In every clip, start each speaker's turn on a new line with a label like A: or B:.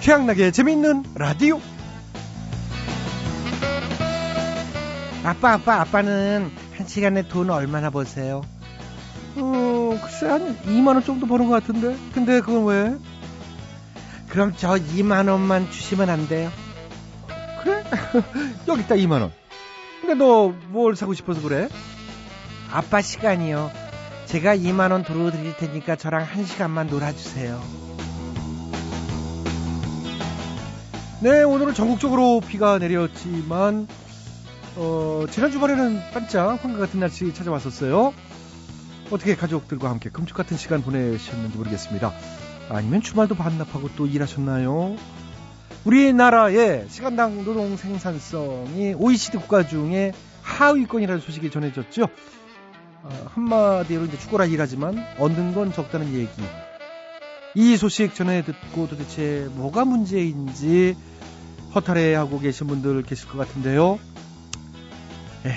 A: 태양나게 재밌는 라디오.
B: 아빠, 아빠, 아빠는 한 시간에 돈 얼마나 버세요? 어,
A: 음, 글쎄 한 2만 원 정도 버는 것 같은데. 근데 그건 왜?
B: 그럼 저 2만 원만 주시면 안 돼요?
A: 그래? 여기 있다 2만 원. 근데 너 뭘 사고 싶어서 그래?
B: 아빠 시간이요. 제가 2만 원 도로 드릴 테니까 저랑 한 시간만 놀아주세요.
A: 네, 오늘은 전국적으로 비가 내렸지만 어, 지난 주말에는 반짝 황금 같은 날씨 찾아왔었어요. 어떻게 가족들과 함께 금축 같은 시간 보내셨는지 모르겠습니다. 아니면 주말도 반납하고 또 일하셨나요? 우리나라의 시간당 노동 생산성이 OECD 국가 중에 하위권이라는 소식이 전해졌죠. 어, 한마디로 이제 죽어라 일하지만 얻는 건 적다는 얘기. 이 소식 전해 듣고 도대체 뭐가 문제인지 허탈해하고 계신 분들 계실 것 같은데요. 에휴,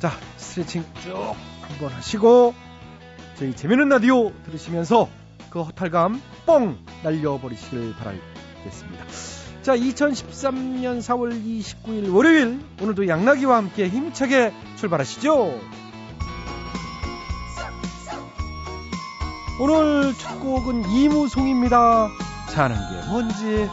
A: 자 스트레칭 쭉 한번 하시고 저희 재밌는 라디오 들으시면서 그 허탈감 뻥 날려버리시길 바라겠습니다. 자, 2013년 4월 29일 월요일 오늘도 양나기와 함께 힘차게 출발하시죠. 오늘 첫 곡은 이무송입니다. 사는 게 뭔지.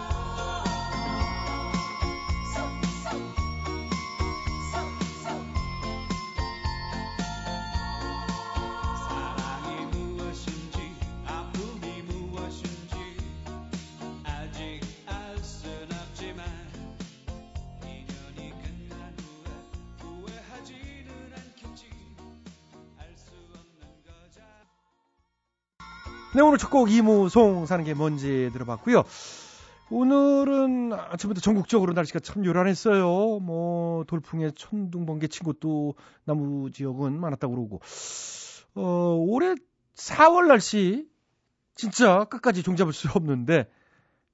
A: 네, 오늘 첫 곡 이무송 사는 게 뭔지 들어봤고요. 오늘은 아침부터 전국적으로 날씨가 참 요란했어요. 뭐 돌풍에 천둥 번개 친 곳도 남부 지역은 많았다고 그러고. 어, 올해 4월 날씨 진짜 끝까지 종잡을 수 없는데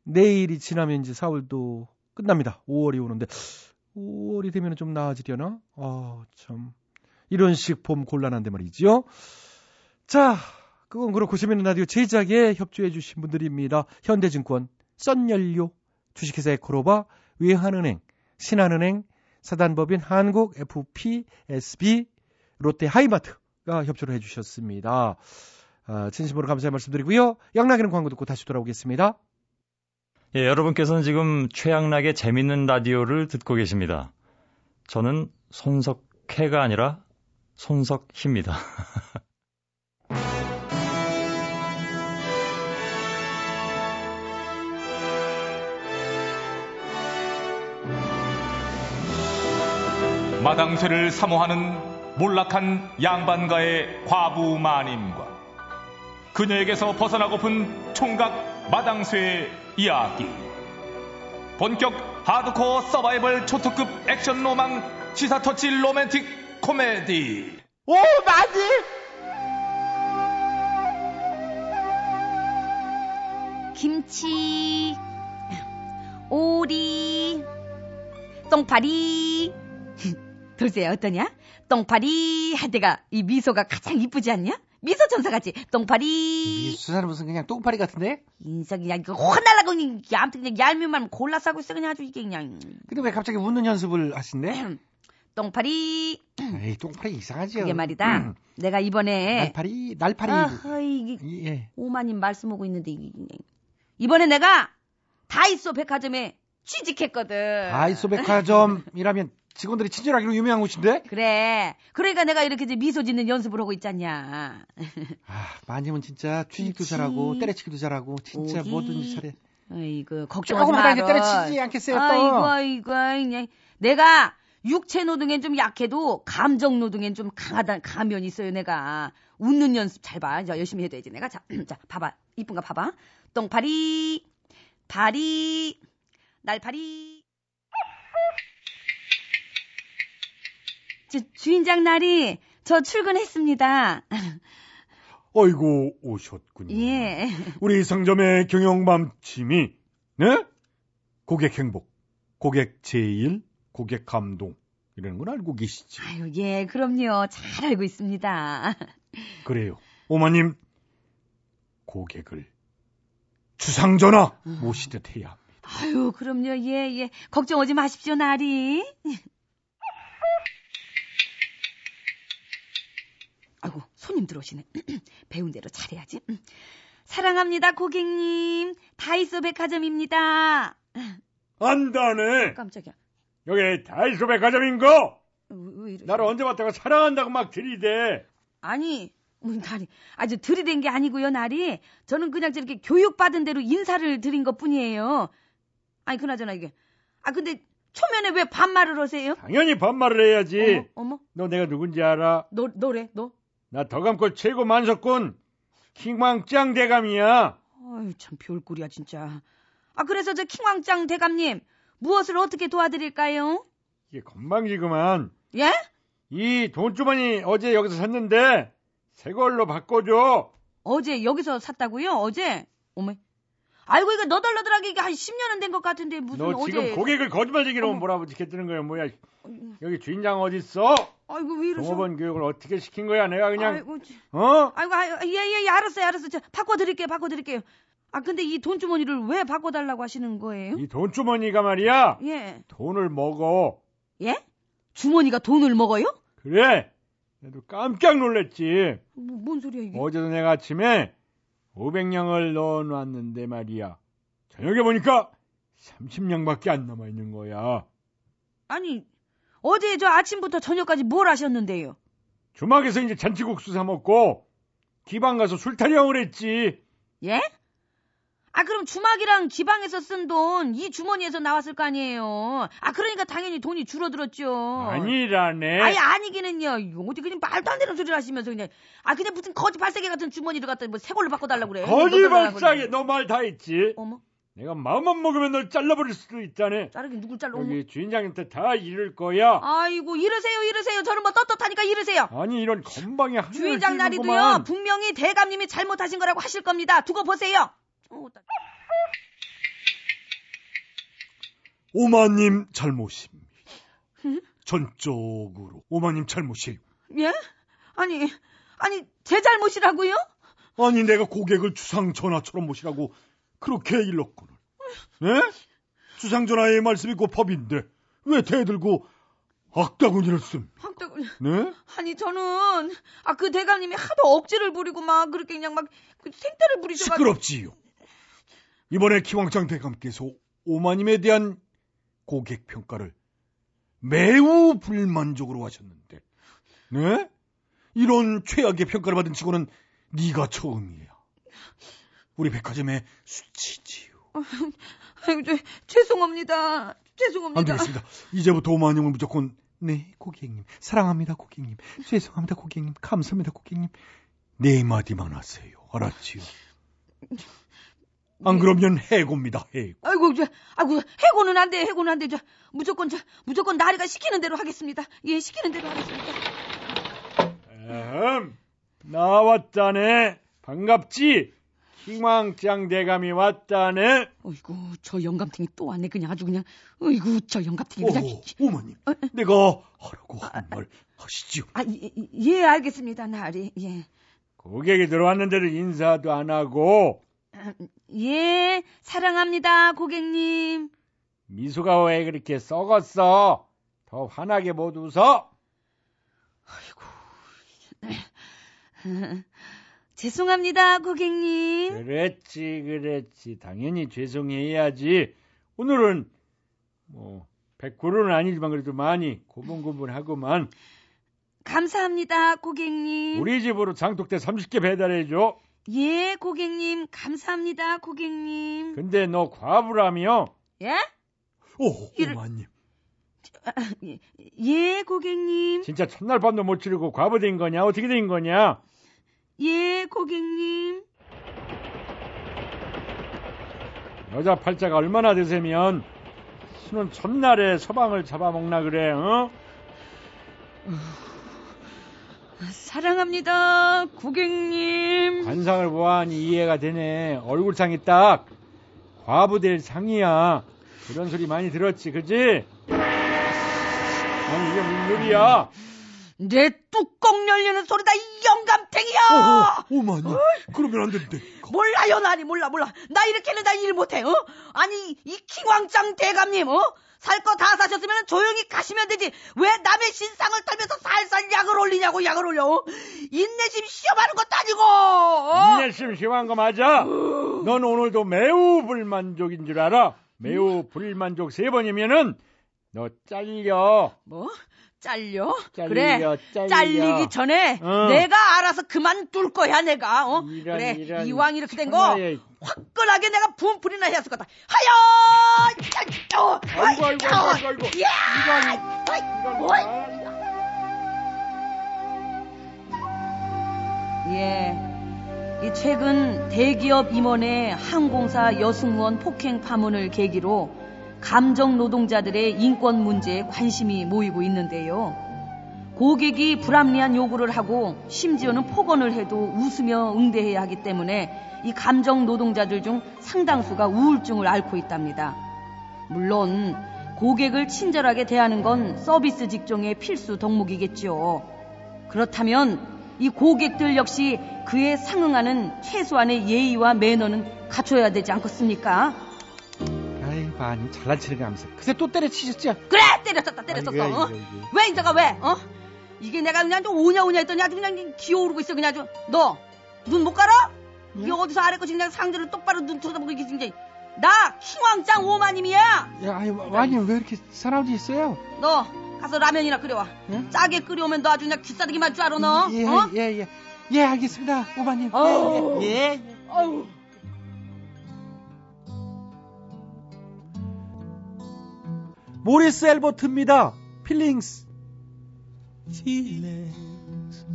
A: 내일이 지나면 이제 4월도 끝납니다. 5월이 오는데 5월이 되면 좀 나아지려나? 아, 참. 이런 식 봄 곤란한데 말이지요. 자, 그건 그렇고 재밌는 라디오 제작에 협조해 주신 분들입니다. 현대증권, 썬연료, 주식회사의 코로바, 외환은행, 신한은행, 사단법인 한국 FPSB, 롯데하이마트가 협조를 해주셨습니다. 아, 진심으로 감사의 말씀드리고요. 양락이는 광고 듣고 다시 돌아오겠습니다.
C: 예, 여러분께서는 지금 최양락의 재밌는 라디오를 듣고 계십니다. 저는 손석해가 아니라 손석희입니다.
D: 마당쇠를 사모하는 몰락한 양반가의 과부 마님과 그녀에게서 벗어나고픈 총각 마당쇠의 이야기 본격 하드코어 서바이벌 초특급 액션 로망 시사터치 로맨틱 코미디
E: 오 마님
F: 김치 오리 똥파리 돌쇠 어떠냐? 똥파리 할 때가 이 미소가 가장 이쁘지 않냐? 미소 천사같이 똥파리
B: 미수사는 무슨 그냥 똥파리 같은데?
F: 인석이 그냥 이거 혼날라고 그냥 이게 아무튼 그냥 얄미운 말만 골라 싸고 있어 그냥 아주 이게 그냥
B: 근데 왜 갑자기 웃는 연습을 하신대?
F: 똥파리
B: 에이, 똥파리 이상하지요.
F: 그게 말이다
B: 음. 네.
F: 내가 이번에
B: 날파리, 날파리.
F: 아 이게
B: 예.
F: 오마님 말씀하고 있는데 이게 그냥. 이번에 내가 다이소 백화점에 취직했거든
B: 아이소 백화점이라면 직원들이 친절하기로 유명한 곳인데?
F: 그래 그러니까 내가 이렇게 이제 미소 짓는 연습을 하고 있잖냐
B: 아, 마님은 진짜 취직도
F: 그치.
B: 잘하고 때려치기도 잘하고 진짜
F: 오기.
B: 뭐든지 잘해.
F: 어, 아이고 그 걱정하지
B: 조금 하다
F: 마라.
B: 이제 때려치지 않겠어요 또.
F: 아이고 아이고 그냥 내가 육체 노동엔 좀 약해도 감정 노동엔 좀 강하다 가면이 있어요 내가 웃는 연습 잘봐 이제 열심히 해둬야지 내가 자, 자 봐봐 이쁜가 봐봐 똥파리 파리 날파리 저, 주인장 날이 저 출근했습니다
G: 어이구 오셨군요.
F: 예
G: 우리 상점의 경영맘팀이 네? 고객 행복, 고객 제일, 고객 감동 이러는 건 알고 계시지.
F: 아유 예 그럼요 잘 알고 있습니다
G: 그래요. 오마님 고객을 주상전화 모시듯 해야 합니다.
F: 아유, 그럼요. 예, 예. 걱정 오지 마십시오, 나리. 아이고, 손님 들어오시네. 배운 대로 잘해야지. 음. 사랑합니다, 고객님. 다이소 백화점입니다.
G: 안다네.
F: 깜짝이야.
G: 여기 다이소 백화점인 거.
F: 왜, 왜 이러지?
G: 나를 언제 봤다고 사랑한다고 막 들이대.
F: 아니, 음, 나리. 아주 들이댄 게 아니고요, 나리. 저는 그냥 저렇게 교육받은 대로 인사를 드린 것 뿐이에요. 아니, 그나저나 이게. 아, 근데 초면에 왜 반말을 하세요?
G: 당연히 반말을 해야지.
F: 어머, 어머.
G: 너 내가 누군지 알아?
F: 너, 너래, 너.
G: 나 더감골 최고 만석군 킹왕짱 대감이야.
F: 아유, 참 별꼴이야, 진짜. 아, 그래서 저 킹왕짱 대감님, 무엇을 어떻게 도와드릴까요?
G: 이게 건방지구만.
F: 예?
G: 이 돈주머니 어제 여기서 샀는데 새 걸로 바꿔줘.
F: 어제 여기서 샀다고요? 어제? 어머. 아이고, 이거 너덜너덜하게 이게 한 10년은 된 것 같은데, 무슨
G: 너
F: 어제.
G: 지금 고객을 거짓말쟁이로
F: 어머.
G: 몰아붙이겠다는 거야 뭐야. 여기 주인장 어디 있어?
F: 아이고, 왜 이러세요?
G: 종업원 교육을 어떻게 시킨 거야 내가 그냥
F: 아이고, 지-
G: 어?
F: 아이고, 아이고, 예, 예, 예, 알았어요, 알았어요. 저 바꿔드릴게요, 바꿔드릴게요. 아, 근데 이 돈주머니를 왜 바꿔달라고 하시는 거예요?
G: 이 돈주머니가 말이야
F: 예.
G: 돈을 먹어.
F: 예? 주머니가 돈을 먹어요?
G: 그래. 나도 깜짝 놀랬지.
F: 뭐, 뭔 소리야, 이게?
G: 어제도 내가 아침에 500냥을 넣어놨는데 말이야. 저녁에 보니까 30냥밖에 안 남아있는 거야.
F: 아니, 어제 저 아침부터 저녁까지 뭘 하셨는데요?
G: 주막에서 이제 잔치국수 사 먹고 기방 가서 술 타령을 했지.
F: 예? 아, 그럼 주막이랑 지방에서 쓴 돈 이 주머니에서 나왔을 거 아니에요. 아, 그러니까 당연히 돈이 줄어들었죠.
G: 아니라네.
F: 아니, 아니기는요. 이거 어디 그냥 말도 안 되는 소리를 하시면서 그냥 아, 그냥 무슨 거지 발색이 같은 주머니를 갖다 뭐 새 걸로 바꿔달라고 그래.
G: 거짓말싸게 너 말 다 했지.
F: 어머,
G: 내가 마음만 먹으면 널 잘라버릴 수도 있다네.
F: 자르긴 누굴 잘라. 어머.
G: 여기 주인장한테 다 이럴 거야.
F: 아이고, 이러세요, 이러세요. 저는 뭐 떳떳하니까 이러세요.
G: 아니 이런 건방이 하늘을
F: 주인장 나리도요,
G: 찌르구만.
F: 분명히 대감님이 잘못하신 거라고 하실 겁니다. 두고 보세요. 어, 나-
G: 오마님 잘못입니다. 전적으로 오마님 잘못이에요.
F: 예? 아니, 아니, 제 잘못이라고요?
G: 아니 내가 고객을 주상 전하처럼 모시라고 그렇게 일렀거늘. 예? 주상 전하의 말씀이 곧 법인데 왜 대들고 악다구니를 씀?
F: 황덕,
G: 네?
F: 아니, 저는, 아, 그 대감님이 하도 억지를 부리고 막, 그렇게 그냥 막, 그 생떼를 부리셔가지고.
G: 시끄럽지요. 이번에 김왕장 대감께서 오마님에 대한 고객 평가를 매우 불만족으로 하셨는데, 네? 이런 최악의 평가를 받은 직원은 네가 처음이야. 우리 백화점의 수치지요.
F: 아이고, 저, 죄송합니다. 죄송합니다.
G: 안 되겠습니다. 이제부터 오마님을 무조건 네 고객님 사랑합니다 고객님 죄송합니다 고객님 감사합니다 고객님 네 마디만 하세요. 알았지요?
F: 네.
G: 안 그러면 해고입니다 해고.
F: 아이고, 저, 아이고, 해고는 안 돼, 해고는 안 돼. 저, 무조건, 저, 무조건 나리가 시키는 대로 하겠습니다. 예, 시키는 대로 하겠습니다.
G: 음, 나왔다네. 반갑지? 희망장 대감이 왔다네.
F: 어이구, 저 영감탱이 또 왔네. 그냥 아주 그냥, 어이구, 저 영감탱이 그냥.
G: 오, 어머님, 내가 하라고 한 말 하시지요.
F: 아, 예, 예, 예, 알겠습니다, 나리. 예.
G: 고객이 들어왔는데도 인사도 안 하고
F: 아, 예, 사랑합니다, 고객님.
G: 미소가 왜 그렇게 썩었어? 더 환하게 못 웃어?
F: 죄송합니다, 고객님.
G: 그랬지, 그랬지. 당연히 죄송해야지. 오늘은 뭐 100%는 아니지만 그래도 많이 고분고분하고만
F: 감사합니다, 고객님.
G: 우리 집으로 장독대 30개 배달해줘.
F: 예, 고객님. 감사합니다, 고객님.
G: 근데 너 과부라며?
F: 예?
G: 오,
F: 이를-
G: 오마님.
F: 예, 예, 고객님.
G: 진짜 첫날 밤도 못 치르고 과부 된 거냐? 어떻게 된 거냐?
F: 예, 고객님.
G: 여자 팔자가 얼마나 되세면 신혼 첫날에 서방을 잡아먹나 그래, 어?
F: 사랑합니다, 고객님.
G: 관상을 보아하니 이해가 되네. 얼굴상이 딱 과부 될 상이야. 그런 소리 많이 들었지, 그지? 아니, 이게 무슨 소리야?
F: 내 뚜껑 열리는 소리다 이 영감탱이야
G: 오, 마니. 어, 그러면 안 된대.
F: 몰라요 나니 몰라 몰라 나 이렇게는 나 일 못해 어 아니 이 킹왕짱 대감님 어살 거 다 사셨으면 조용히 가시면 되지 왜 남의 신상을 털면서 살살 약을 올리냐고 약을 올려 어? 인내심 시험하는 것도 아니고 어?
E: 인내 심심한 거 맞아. 넌 오늘도 매우 불만족인 줄 알아.
F: 음.
E: 매우 불만족 세 번이면은 너 잘려.
F: 뭐 잘려?
E: 잘려,
F: 그래
E: 잘려.
F: 잘리기 전에
E: 어.
F: 내가 알아서 그만둘 거야 내가 어
E: 이런,
F: 그래
E: 이런.
F: 이왕 이렇게 된 거
E: 천하의-
F: 화끈하게 내가 분풀이나 해야 을것 같다 하여 야, 어,
E: 아이고, 아이고, 아이고, 아이고.
F: 야
E: 이런
F: 어이,
E: 거
F: 어이.
E: 봐.
F: 예. 이 최근 대기업 임원의 항공사 여승무원 폭행 파문을 계기로 감정 노동자들의 인권 문제에 관심이 모이고 있는데요. 고객이 불합리한 요구를 하고 심지어는 폭언을 해도 웃으며 응대해야 하기 때문에 이 감정 노동자들 중 상당수가 우울증을 앓고 있답니다. 물론 고객을 친절하게 대하는 건 서비스 직종의 필수 덕목이겠죠. 그렇다면 이 고객들 역시 그에 상응하는 최소한의 예의와 매너는 갖춰야 되지 않겠습니까?
B: 아이고 마님 잘난 체를 가면서 그새 또 때려치셨죠?
F: 그래 때렸었다 때렸었어
B: 아이고, 예,
F: 어?
B: 아이고, 아이고.
F: 왜 인자가 왜 어? 이게 내가 그냥 좀 오냐 오냐 했더니 아주 그냥 기어오르고 있어 그냥 아주 너 눈 못 가라?
B: 예?
F: 이게 어디서 아래 것이 그냥 상대를 똑바로 눈 쳐다보고 이게 진짜 나 킹왕짱 오마님이야
B: 야 아이 마님 왜 이렇게 사나운지 있어요?
F: 너 가서 라면이나 끓여와
B: 응?
F: 짜게 끓여오면 너 아주 그냥 귀싸대기만 줄 알아 너
B: 예,
F: 어?
B: 예, 예. 예, 알겠습니다. 오마님.
F: 어우.
B: 예, 예.
F: 어우
A: 모리스 엘버트입니다. 필링스.
H: feelings.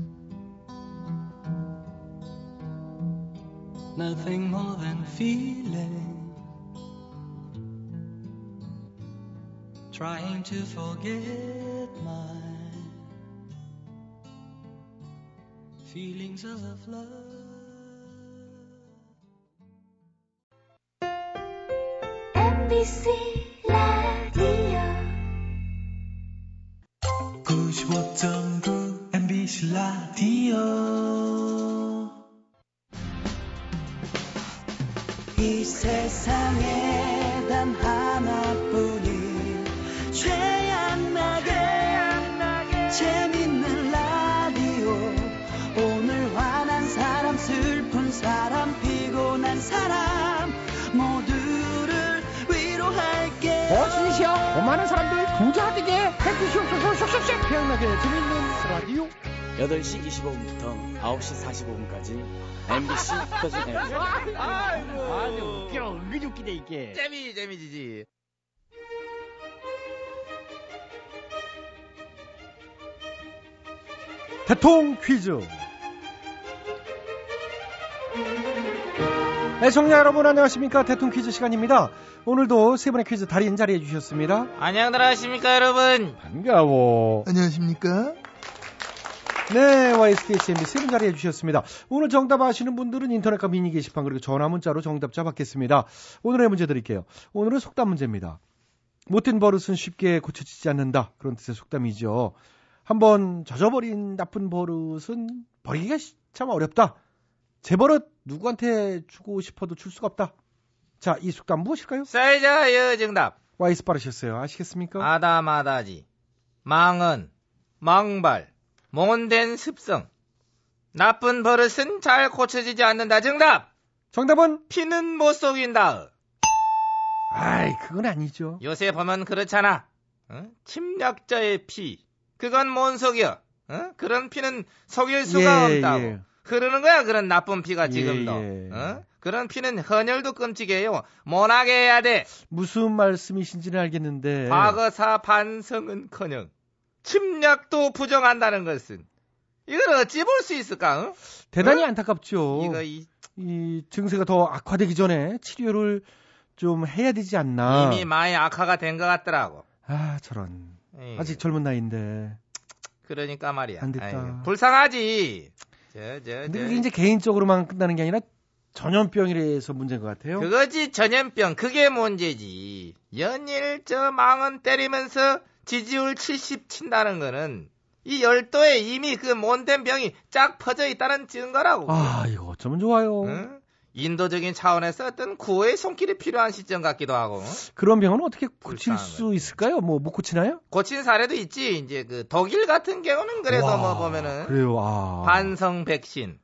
H: Nothing more than feeling. Trying to forget my feelings of love.
I: MBC 라디오
H: 95.9 MBC 라디오 이 세상에 단 하나뿐인 최양나게 재밌는 라디오 오늘 화난 사람 슬픈 사람 피곤한 사람 모두를 위로할게
B: 어신이시여 오만한 사람들 부자 되게 해주시옵소서 슉슉슉 태양나게 재밌는 라디오
H: 8시 25분부터 9시 45분까지 MBC 터진 앱.
E: 아주 웃겨. 은근히 웃기네, 이게.
A: 대통 퀴즈.
B: 네,
A: 애청자 여러분 안녕하십니까 대통 퀴즈 시간입니다. 오늘도 세 분의 퀴즈 달인 자리해 주셨습니다.
J: 안녕들 하십니까 여러분
A: 반가워.
K: 안녕하십니까?
A: 뭐. 네, YSTHMB 세분 자리해 주셨습니다. 오늘 정답 아시는 분들은 인터넷과 미니 게시판 그리고 전화 문자로 정답자 받겠습니다. 오늘의 문제 드릴게요. 오늘은 속담 문제입니다. 못된 버릇은 쉽게 고쳐지지 않는다. 그런 뜻의 속담이죠. 한번 젖어버린 나쁜 버릇은 버리기가 시- 참 어렵다. 제 버릇 누구한테 주고 싶어도 줄 수가 없다. 자, 이 속담 무엇일까요?
J: 사이자유 예, 정답
A: 와이스 빠르셨어요. 아시겠습니까?
J: 아다마다지 망은 망발 몬된 습성 나쁜 버릇은 잘 고쳐지지 않는다 정답
A: 정답은
J: 피는 못 속인다
A: 아이, 그건 아니죠.
J: 요새 보면 그렇잖아 어? 침략자의 피 그건 뭔 속이야 어? 그런 피는 속일 수가 없다고
A: 예.
J: 흐르는 거야 그런 나쁜 피가
A: 예,
J: 지금도
A: 예.
J: 어? 그런 피는 헌혈도 끔찍해요 못하게 해야 돼
A: 무슨 말씀이신지는 예. 알겠는데
J: 과거사 반성은커녕 침략도 부정한다는 것은 이걸 어찌 볼 수 있을까? 응?
A: 대단히
J: 어?
A: 안타깝죠.
J: 이거 이,
A: 이 증세가 더 악화되기 전에 치료를 좀 해야 되지 않나.
J: 이미 많이 악화가 된 것 같더라고.
A: 아 저런
J: 에이,
A: 아직 젊은 나이인데.
J: 그러니까 말이야.
A: 안 됐다.
J: 아이고, 불쌍하지. 저, 저, 저.
A: 근데 그게 이제 개인적으로만 끝나는 게 아니라 전염병이라서 문제인 것 같아요.
J: 그거지 전염병 그게 문제지. 연일 저 망언 때리면서 지지율 70 친다는 거는 이 열도에 이미 그 못된 병이 쫙 퍼져 있다는 증거라고.
A: 아, 이거 어쩌면 좋아요.
J: 뭐. 응? 인도적인 차원에서 어떤 구호의 손길이 필요한 시점 같기도 하고.
A: 그런 병은 어떻게 고칠
J: 불쌍한
A: 수 있을까요? 뭐 못 고치나요?
J: 고친 사례도 있지. 이제 그 독일 같은 경우는 그래도
A: 와,
J: 뭐 보면은
A: 그래요. 아.
J: 반성 백신.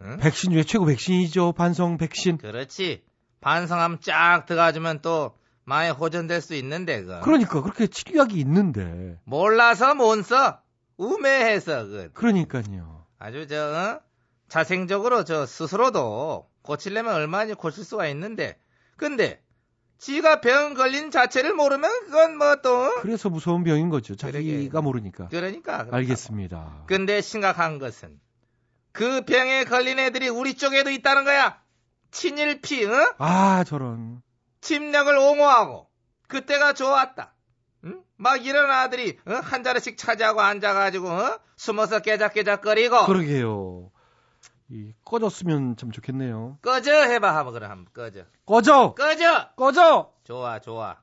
J: 응?
A: 백신 중에 최고 백신이죠. 반성 백신.
J: 그렇지. 반성함 쫙 들어가주면 또 많이 호전될 수 있는데 그.
A: 그러니까 그렇게 치료약이 있는데.
J: 몰라서 못 써. 우매해서 그.
A: 그러니까요.
J: 아주 저 어? 자생적으로 저 스스로도 고치려면 얼마나 고칠 수가 있는데. 근데 지가 병 걸린 자체를 모르면 그건 뭐또 어?
A: 그래서 무서운 병인 거죠. 자기가 모르니까.
J: 그러니까.
A: 알겠습니다.
J: 근데 심각한 것은 그 병에 걸린 애들이 우리 쪽에도 있다는 거야. 친일 피, 응?
A: 아, 저런.
J: 침략을 옹호하고 그때가 좋았다. 응? 막 이런 아들이 응? 한 자리씩 차지하고 앉아가지고 응? 숨어서 깨작깨작거리고
A: 그러게요. 이, 꺼졌으면 참 좋겠네요.
J: 꺼져 해봐 한번 그래 한번 꺼져
A: 꺼져!
J: 꺼져
A: 꺼져!
J: 좋아 좋아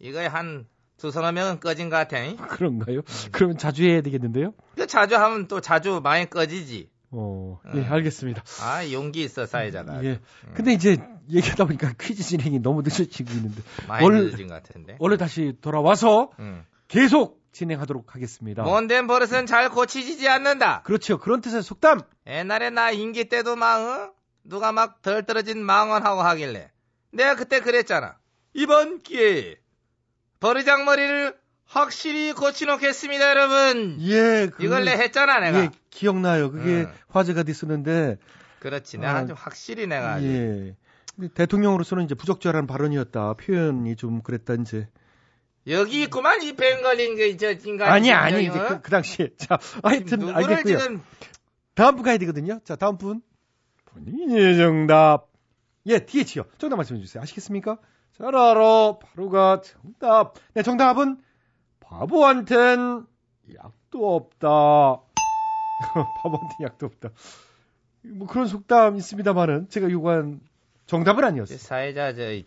J: 이거에 한 두서너 명은 꺼진 것 같아 잉?
A: 그런가요?
J: 음.
A: 그러면 자주 해야 되겠는데요?
J: 그 자주 하면 또 자주 많이 꺼지지
A: 어, 예, 알겠습니다.
J: 아 용기 있어 사회자가
A: 예. 근데 이제 얘기하다 보니까 퀴즈 진행이 너무 늦어지고 있는데.
J: 많이
A: 원-
J: 늦어진 것 같은데
A: 원래 다시 돌아와서
J: 응.
A: 계속 진행하도록 하겠습니다.
J: 못된 버릇은 잘 고치지지 않는다
A: 그렇죠. 그런 뜻의 속담.
J: 옛날에 나 임기 때도 막 어? 누가 막 덜 떨어진 망언하고 하길래 내가 그때 그랬잖아 이번 기회에 버르장머리를 확실히 고치놓겠습니다 여러분
A: 예, 그-
J: 이걸 내 했잖아 내가
A: 예, 기억나요. 그게
J: 음.
A: 화제가 됐었는데.
J: 그렇지 내가
A: 아,
J: 좀 확실히 내가 아주
A: 예. 근데 대통령으로서는 이제 부적절한 발언이었다. 표현이 좀 그랬다 이제.
J: 여기 있구만 이 뱅 걸린 그저 인간
A: 아니 아니
J: 어?
A: 이제 그, 그 당시에 자 하여튼
J: 누구를
A: 알겠고요.
J: 지금
A: 다음 분 가야 되거든요. 자 다음 분 본인의 정답. 예 뒤에 치요. 정답 말씀해 주세요. 아시겠습니까? 잘 알아. 바로가 정답. 네 정답은 바보한텐 약도 없다. 바보한텐 약도 없다. 뭐 그런 속담 있습니다만은 제가 요구한 정답은 아니었어요.
J: 사회자 저 이-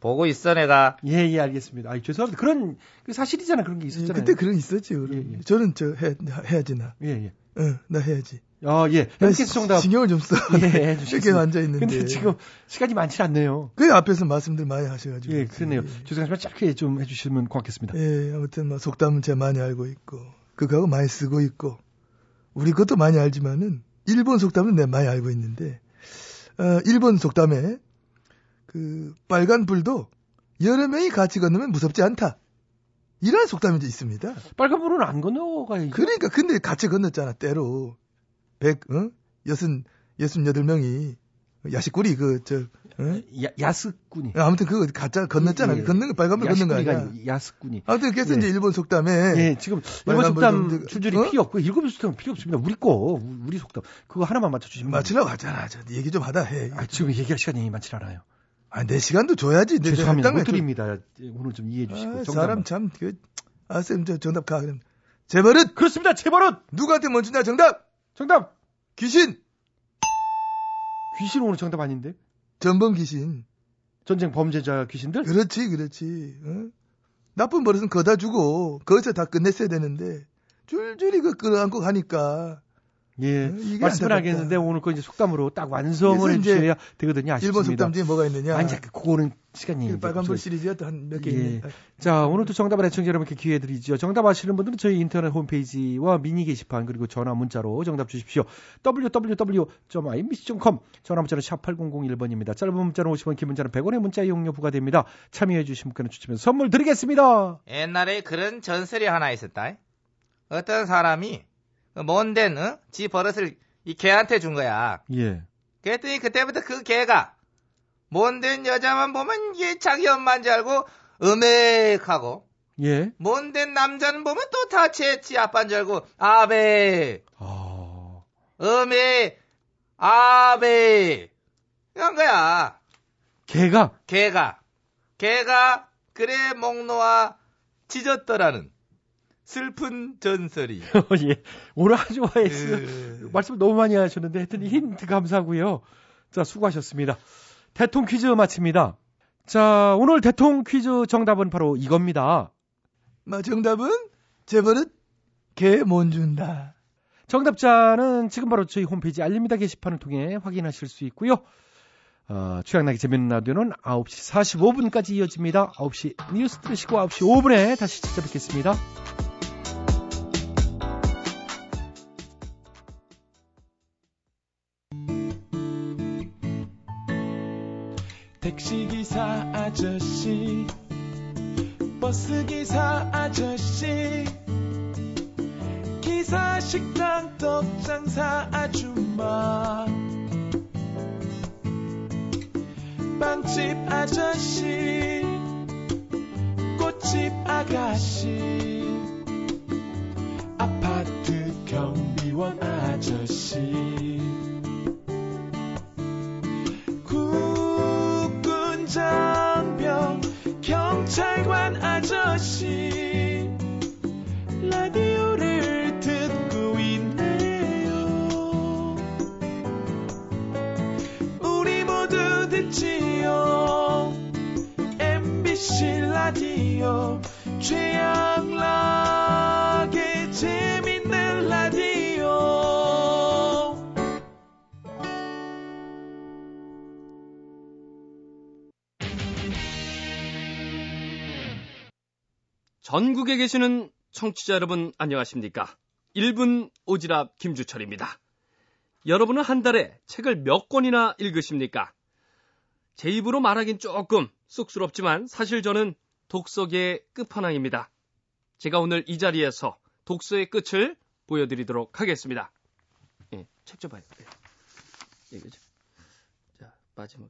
J: 보고 있어 내가
A: 예예 알겠습니다. 아 죄송합니다. 그런 그 사실이잖아 그런 게
K: 예,
A: 있었잖아요.
K: 그때 그런 있었지. 그럼.
A: 예, 예.
K: 저는 저 해, 나- 해야지 나.
A: 예 예.
K: 응, 나 해야지.
A: 아 예. 엠케스
K: 시-
A: 정답.
K: 신경을 좀 써.
A: 예,
K: 이렇게
A: 좋습니다.
K: 앉아 있는데.
A: 근데 지금 시간이 많지 않네요.
K: 그 앞에서 말씀들 많이 하셔가지고.
A: 예, 그러네요. 죄송하지만 짧게 좀 해주시면 고맙겠습니다.
K: 예, 아무튼 뭐 속담은 제가 많이 알고 있고 그거하고 많이 쓰고 있고 우리 것도 많이 알지만은 일본 속담은 내가 많이 알고 있는데 어, 일본 속담에 그 빨간 불도 여러 명이 같이 건너면 무섭지 않다 이런 속담이 이제 있습니다.
A: 빨간 불은 안 건너가요.
K: 그러니까 근데 같이 건넜잖아 때로 백 어? 여순 여순 여덟 명이 야식구리 그저 어?
A: 야, 야스꾼이.
K: 아무튼 그거 가짜 건넜잖아
A: 예, 예.
K: 건너는 거 빨간 불 건넌 거
A: 야스꾼이가
K: 아니야.
A: 아니고 야스꾼이.
K: 아무튼 그래서
A: 예.
K: 이제 일본 속담에
A: 예, 지금 일본
K: 빨간 불
A: 속담
K: 좀-
A: 줄줄이
K: 어?
A: 필요 없고 일곱 속담 필요 없습니다. 우리 거, 우- 우리 속담 그거 하나만 맞춰주시면.
K: 맞추려고 하잖아. 저네 얘기 좀 하다 해.
A: 됩니다. 아, 지금 얘기할 시간이 많지 않아요.
K: 아, 내 시간도 줘야지. 내
A: 죄송합니다.
K: 적당히
A: 못 드립니다. 예, 오늘 좀 이해해
K: 좀-
A: 주시고.
K: 아,
A: 정답만.
K: 사람 참, 그, 아, 쌤, 저 정답 가. 그럼. 재벌은
A: 그렇습니다. 재벌은
K: 누구한테 먼저냐, 정답!
A: 정답.
K: 귀신!
A: 귀신 오늘 정답 아닌데?
K: 전범 귀신.
A: 전쟁 범죄자 귀신들?
K: 그렇지, 그렇지. 어? 나쁜 버릇은 거다 주고, 거기서 다 끝냈어야 되는데, 줄줄이 그 끌어안고 가니까, 어?
A: 예.
K: 이게
A: 말씀을
K: 안타깝다.
A: 하겠는데 오늘 거 이제 속담으로 딱 완성을
K: 그래서 이제
A: 해주셔야 되거든요. 아쉽습니다.
K: 일본 속담 뒤에 뭐가 있느냐.
A: 아니, 자, 그거는
K: 그
A: 시간이. 이제
K: 빨간불
A: 없어요.
K: 시리즈가 또 한 몇 개
A: 예.
K: 있네.
A: 자, 오늘도 정답을 애청자 여러분께 기회 드리죠. 정답 아시는 분들은 저희 인터넷 홈페이지와 미니 게시판 그리고 전화 문자로 정답 주십시오. www.imbc.com 전화 문자는 샵 8001번입니다. 짧은 문자는 50원, 긴 문자는 100원의 문자 이용료 부과됩니다. 참여해 주신 분께는 추첨해서 선물 드리겠습니다.
J: 옛날에 그런 전설이 하나 있었다. 어떤 사람이 뭔데 어? 지 버릇을 이 개한테 준 거야.
A: 예.
J: 그랬더니 그때부터 그 개가 뭔된 여자만 보면 이게 자기 엄마인 줄 알고 음액하고
A: 예.
J: 뭔된 남자는 보면 또 다 제지 아빠인 줄 알고 아베
A: 아.
J: 음액 아베 이런 거야.
A: 개가
J: 개가 개가 그래 목놓아 짖었더라는 슬픈 전설이
A: 예. 오늘 아주 와이스 말씀 너무 많이 하셨는데 하여튼 힌트 감사하고요. 자, 수고하셨습니다. 대통 퀴즈 마칩니다. 자, 오늘 대통 퀴즈 정답은 바로 이겁니다.
K: 마, 정답은?
A: 제 버릇 개 못 준다.
L: 정답자는 지금 바로 저희 홈페이지 알립니다 게시판을 통해 확인하실 수 있고요. 어, 취향나게 재밌는 라디오는 9시 45분까지 이어집니다. 9시 뉴스 들으시고 9시 5분에 다시 찾아뵙겠습니다.
H: 택시기사 아저씨 버스기사 아저씨 기사 식당 떡장사 아줌마 빵집 아저씨 꽃집 아가씨 아파트 경비원 아저씨 국군 장병 경찰관 아저씨 라디오를 듣고 있네요 우리 모두 듣지요 MBC 라디오 최양락의 재밌는 라디오
M: 전국에 계시는 청취자 여러분 안녕하십니까? 1분 오지랖 김주철입니다. 여러분은 한 달에 책을 몇 권이나 읽으십니까? 제 입으로 말하긴 조금 쑥스럽지만 사실 저는 독서계의 끝판왕입니다. 제가 오늘 이 자리에서 독서의 끝을 보여드리도록 하겠습니다. 예, 책 줘봐요. 예, 이거죠. 자, 마지막.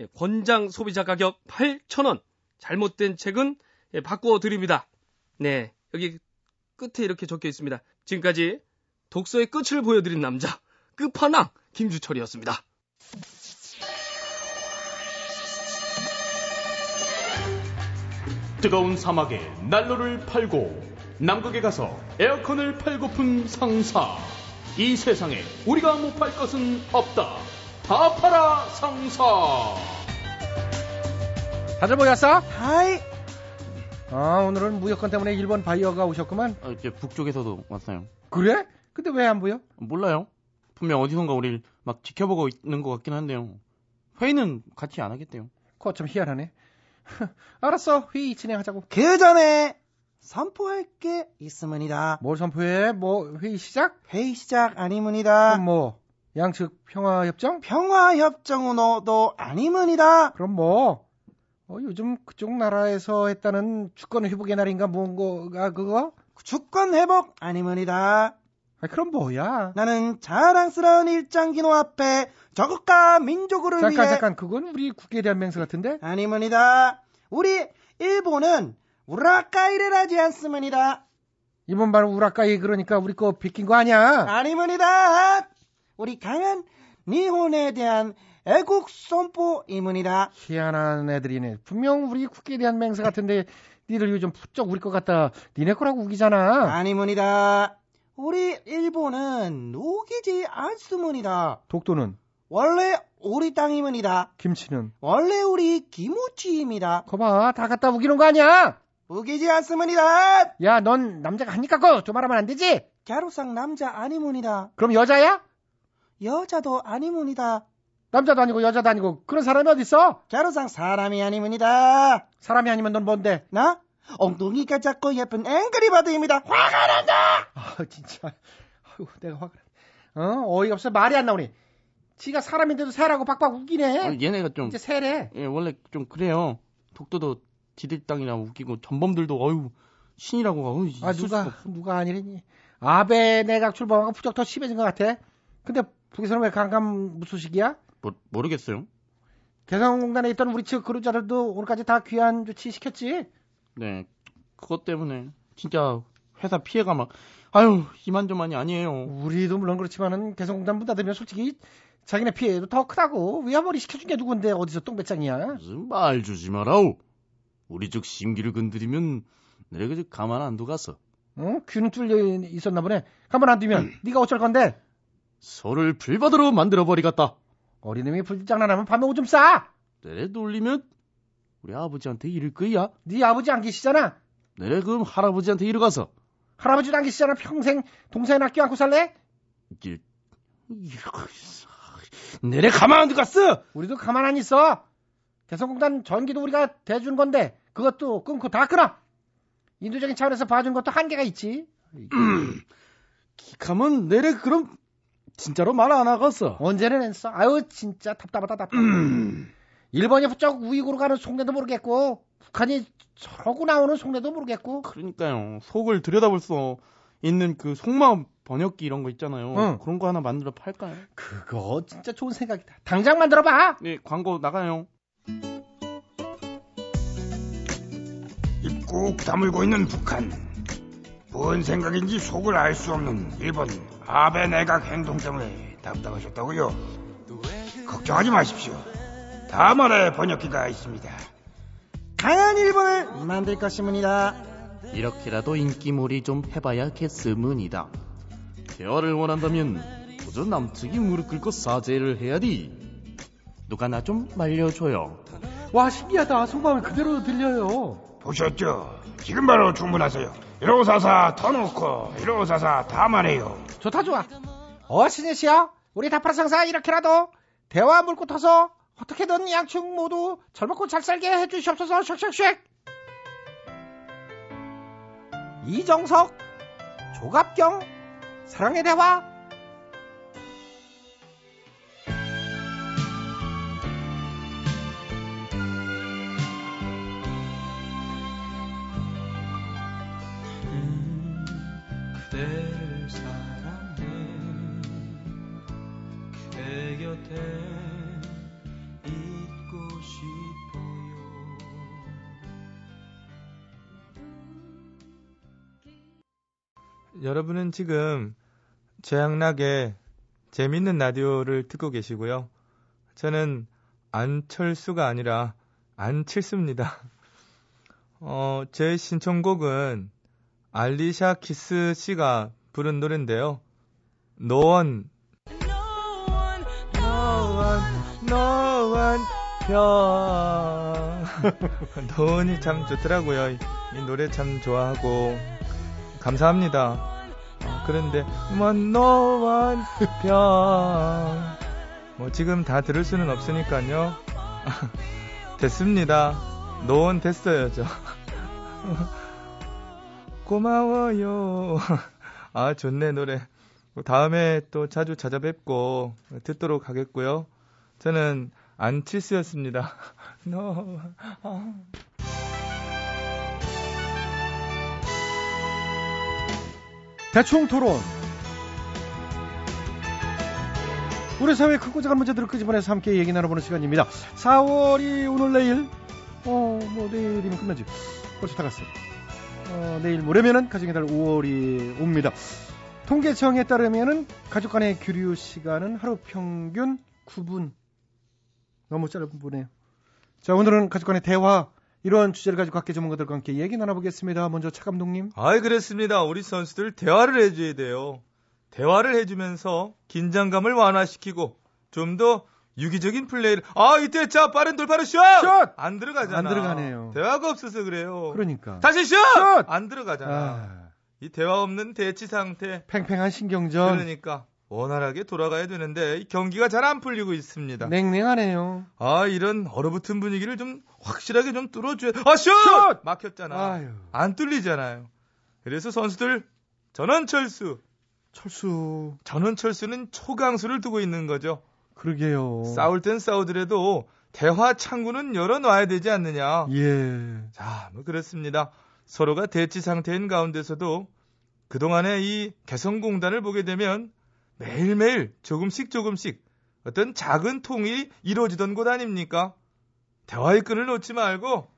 M: 예, 권장 소비자 가격 8,000원. 잘못된 책은 예, 바꿔 드립니다. 네, 여기 끝에 이렇게 적혀 있습니다. 지금까지 독서의 끝을 보여드린 남자, 끝판왕 김주철이었습니다.
N: 뜨거운 사막에 난로를 팔고 남극에 가서 에어컨을 팔고픈 상사. 이 세상에 우리가 못 팔 것은 없다. 다 팔아 상사.
L: 다들 모였어? 하이. 아 오늘은 무역권 때문에 일본 바이어가 오셨구만.
O: 아, 이제 북쪽에서도 왔어요.
L: 그래? 근데 왜 안 보여?
O: 몰라요. 분명 어디선가 우리를 막 지켜보고 있는 것 같긴 한데요. 회의는 같이 안 하겠대요.
L: 그거 참 희한하네. 알았어 회의 진행하자고.
B: 그 전에 선포할 게 있습니다.
L: 뭘 선포해? 뭐 회의 시작?
B: 회의 시작 아니문이다.
L: 그럼 뭐 양측 평화협정?
B: 평화협정은어도 아니문이다.
L: 그럼 뭐? 어, 요즘 그쪽 나라에서 했다는 주권 회복의 날인가 뭔가 그거?
B: 주권 회복 아니문이다.
L: 아, 그럼 뭐야?
B: 나는 자랑스러운 일장 기노 앞에 저국가 민족을
L: 잠깐,
B: 위해
L: 잠깐 잠깐 그건 우리 국기에 대한 맹세 같은데?
B: 아니문이다. 우리 일본은 우라카이를 하지 않습니다.
L: 이번 바로 우라카이 그러니까 우리 거 비킨 거 아니야?
B: 아니문이다. 우리 강한 니혼에 대한 애국 선포이문이다.
L: 희한한 애들이네. 분명 우리 국기에 대한 맹세 같은데 니들 요즘 부쩍 우리 것 같다. 니네 거라고 우기잖아.
B: 아니문이다. 우리 일본은 우기지 않습니다.
L: 독도는
B: 원래 우리 땅이문이다.
L: 김치는
B: 원래 우리 김우치입니다.
L: 거봐 다 갖다 우기는 거 아니야?
B: 우기지 않습니다.
L: 야 넌 남자가 하니까 거좀 말하면 안 되지?
B: 갸루상 남자 아니문이다.
L: 그럼 여자야?
B: 여자도 아니문이다.
L: 남자도 아니고 여자도 아니고 그런 사람이 어딨어?
B: 갸루상 사람이 아니문이다.
L: 사람이 아니면 넌 뭔데?
B: 나? 엉덩이가 작고 예쁜 앵그리버드입니다. 화가 난다!
L: 아 진짜 아이고 내가 화가 난 어? 어이없어 말이 안 나오네 지가 사람인데도 새라고 박박 우기네
O: 아, 얘네가 좀
L: 이제 새래
O: 예, 원래 좀 그래요. 독도도 지들 땅이라 우기고 전범들도 어유 신이라고 어유
L: 아 누가 누가 아니래니 아베 내각 출범하고 부쩍 더 심해진 것 같아 근데 북에서는 왜 강감 무소식이야?
O: 모, 모르겠어요.
L: 개성공단에 있던 우리 측 그룹자들도 오늘까지 다 귀환 조치 시켰지?
O: 네, 그것 때문에 진짜 회사 피해가 막 아유 이만저만이 아니에요.
L: 우리도 물론 그렇지만은 개성공단 문 닫으면 솔직히 자기네 피해도 더 크다고 어, 위안머리 시켜준 게 누군데 어디서 똥배짱이야?
O: 무슨 말 주지 마라오. 우리 쪽 심기를 건드리면 내가 그 가만 안 두가서.
L: 응? 어? 귀는 뚫려 있었나 보네. 가만 안 두면 네가 어쩔 건데?
O: 소를 불바다로 만들어 버리겠다.
L: 어린놈이 불장난하면 밤에 오줌 싸.
O: 내래 놀리면 우리 아버지한테 이를 거야.
L: 네 아버지 안 계시잖아.
O: 내래 그럼 할아버지한테 이러가서
L: 할아버지도 안 계시잖아. 평생 동생 아껴 안고 살래?
P: 이제
L: 내래 가만 안 두겠어. 우리도 가만 안 있어. 개성공단 전기도 우리가 대준 건데 그것도 끊고 다 끊어. 인도적인 차원에서 봐준 것도 한계가 있지.
P: 기카면 내래 그럼 진짜로 말 안 하겠어.
L: 언제는 했어. 아유 진짜 답답하다 답답. 일본이 부쩍 우익으로 가는 속내도 모르겠고 북한이 저러고 나오는 속내도 모르겠고.
P: 그러니까요. 속을 들여다볼 수 있는 그 속마음 번역기 이런 거 있잖아요.
L: 응.
P: 그런 거 하나 만들어 팔까요?
L: 그거 진짜 좋은 생각이다. 당장 만들어봐.
P: 네, 광고 나가요.
Q: 꾹 다물고 있는 북한. 뭔 생각인지 속을 알 수 없는 일본 아베 내각 행동 때문에 답답하셨다고요? 걱정하지 마십시오. 다만의 번역기가 있습니다.
R: 강한 일본을 만들 것입니다.
O: 이렇게라도 인기몰이 좀 해봐야겠으문이다. 대화를 원한다면 먼저 남측이 무릎 꿇고 사죄를 해야지. 누가 나 좀 말려줘요.
A: 와 신기하다. 속마음이 그대로 들려요.
Q: 보셨죠? 지금 바로 주문하세요. 1544 터놓고 1544 다만해요.
L: 좋다 좋아. 어 신혜씨야 우리 다파상사 이렇게라도 대화 물고 터서 어떻게든 양측 모두 젊고 잘 살게 해주시옵소서 쉑쉑쉑 이정석 조갑경 사랑의 대화
H: 그대를 사랑해 그대 곁에 있고 싶어요
S: 여러분은 지금 최양락의 재밌는 라디오를 듣고 계시고요. 저는 안철수가 아니라 안칠수입니다. 어, 제 신청곡은 알리샤 키스 씨가 부른 노래인데요. 노원 노원 노원 편 노원이 참 좋더라고요. 이- 이 노래 참 좋아하고 감사합니다. 어, 그런데 뭐 노원 편뭐 지금 다 들을 수는 없으니까요. 됐습니다. 노원 됐어요 저. 고마워요. 아, 좋네, 노래. 뭐 다음에 또 자주 찾아뵙고 듣도록 하겠고요. 저는 안치스였습니다. No. 아.
A: 대충 토론. 우리 사회의 크고 작은 문제들을 그 끄집어내서 함께 얘기 나눠보는 시간입니다. 4월이 오늘 내일, 어, 뭐 내일이면 끝나지. 벌써 다 갔어요. 어, 내일 모레면은 가정의 달 5월이 옵니다. 통계청에 따르면은 가족 간의 교류 시간은 하루 평균 9분. 너무 짧은 분이에요. 자, 오늘은 가족 간의 대화, 이런 주제를 가지고 각계 전문가들과 함께 얘기 나눠보겠습니다. 먼저 차 감독님.
S: 아이, 그랬습니다. 우리 선수들 대화를 해줘야 돼요. 대화를 해주면서 긴장감을 완화시키고 좀 더 유기적인 플레이를. 아, 이때 자, 빠른 돌파로 슛! 안 들어가잖아.
A: 안 들어가네요.
S: 대화가 없어서 그래요.
A: 그러니까.
S: 다시 슛! 안 들어가잖아. 이 대화 없는 대치 상태.
A: 팽팽한 신경전.
S: 그러니까 원활하게 돌아가야 되는데 이 경기가 잘 안 풀리고 있습니다.
A: 냉랭하네요.
S: 아 이런 얼어붙은 분위기를 좀 확실하게 좀 뚫어줘야. 아 슛! 막혔잖아. 안 뚫리잖아요. 그래서 선수들 전원 철수.
A: 철수.
S: 전원 철수는 초강수를 두고 있는 거죠.
A: 그러게요.
S: 싸울 땐 싸우더라도 대화 창구는 열어놔야 되지 않느냐.
A: 예.
S: 자, 뭐 그렇습니다. 서로가 대치 상태인 가운데서도 그동안의 이 개성공단을 보게 되면 매일매일 조금씩 조금씩 어떤 작은 통일이 이루어지던 곳 아닙니까? 대화의 끈을 놓지 말고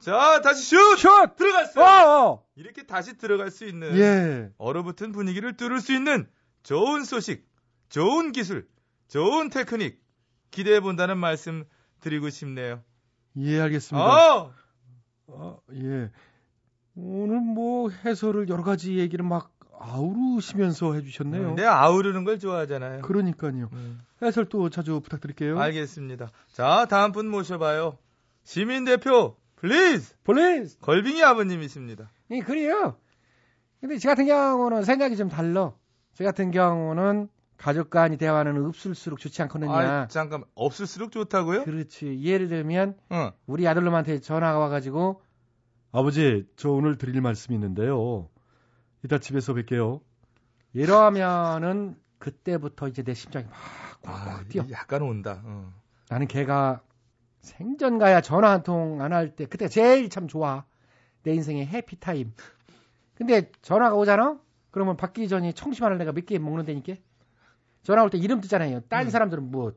S: 자 다시 슛!
A: 슛!
S: 들어갔어요!
A: 어어!
S: 이렇게 다시 들어갈 수 있는
A: 예.
S: 얼어붙은 분위기를 뚫을 수 있는 좋은 소식, 좋은 기술, 좋은 테크닉 기대해 본다는 말씀 드리고 싶네요.
A: 예, 알겠습니다.
S: 어!
A: 어, 예. 오늘 뭐 해설을 여러 가지 얘기를 막 아우르시면서 네. 해주셨네요.
S: 음, 내가 아우르는 걸 좋아하잖아요.
A: 그러니까요. 해설 또 자주 부탁드릴게요.
S: 알겠습니다. 자, 다음 분 모셔봐요. 시민대표, 플리즈!
A: 플리즈! 예,
S: 걸빙이 아버님이십니다.
L: 네, 그래요.
B: 근데 저 같은 경우는 생각이 좀 달라. 저 같은 경우는 가족 간이 대화는 없을수록 좋지 않거든요.
S: 아, 잠깐 없을수록 좋다고요?
B: 네, 그렇지. 예를 들면 우리 아들놈한테 전화가 와가지고
A: 아버지, 저 오늘 드릴 말씀이 있는데요. 이따 집에서 뵐게요.
B: 이러면은 그때부터 이제 내 심장이 막
S: 아, 약간 온다. 어.
B: 나는 걔가 생전 가야 전화 한 통 안 할 때 그때 제일 참 좋아. 내 인생의 해피타임. 근데 전화가 오잖아? 그러면 받기 전에 청심환을 내가 몇 개 먹는다니까? 전화 올 때 이름 뜨잖아요. 딴
S: 음.
B: 사람들은 뭐,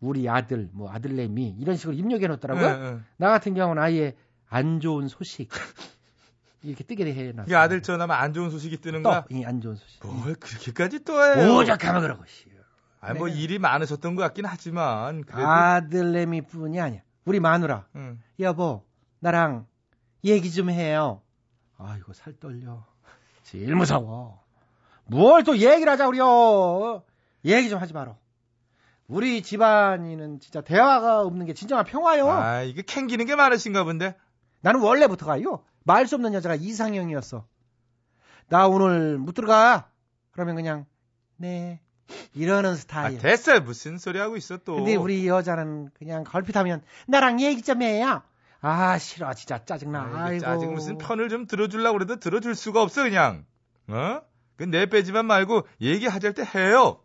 B: 우리 아들, 뭐 아들내미 이런 식으로 입력해 놓더라고요.
S: 예, 예.
B: 나 같은 경우는 아예 안 좋은 소식. 이렇게 뜨게 해 놨어.
S: 이게 아들 전화면 안 좋은 소식이 뜨는 거야?
B: 이안 좋은 소식.
S: 뭘 뭐, 그렇게까지 떠해요?
B: 오죽하면 그러고 네.
S: 아, 뭐 일이 많으셨던 것 같긴 하지만 그래도
B: 아들내미 뿐이 아니야. 우리 마누라. 여보, 나랑 얘기 좀 해요. 아이고, 살 떨려. 제일 무서워. 뭘 또 얘기를 하자, 우리요. 얘기 좀 하지 마라. 우리 집안이는 진짜 대화가 없는 게 진정한 평화요.
S: 아, 이게 캥기는 게 많으신가 본데.
B: 나는 원래부터가요. 말 수 없는 여자가 이상형이었어. 나 오늘 못 들어가. 그러면 그냥 네 이러는
S: 아,
B: 스타일.
S: 됐어요. 무슨 소리 하고 있어 또.
B: 예. 근데 우리 여자는 그냥 걸핏하면 나랑 얘기 좀 해요. 아 싫어 진짜 짜증나.
S: 이게
B: 아이고.
S: 짜증 무슨 편을 좀 들어주려고 그래도 들어줄 수가 없어 그냥. 어? 그내 빼지만 말고 얘기하자 할 때 해요.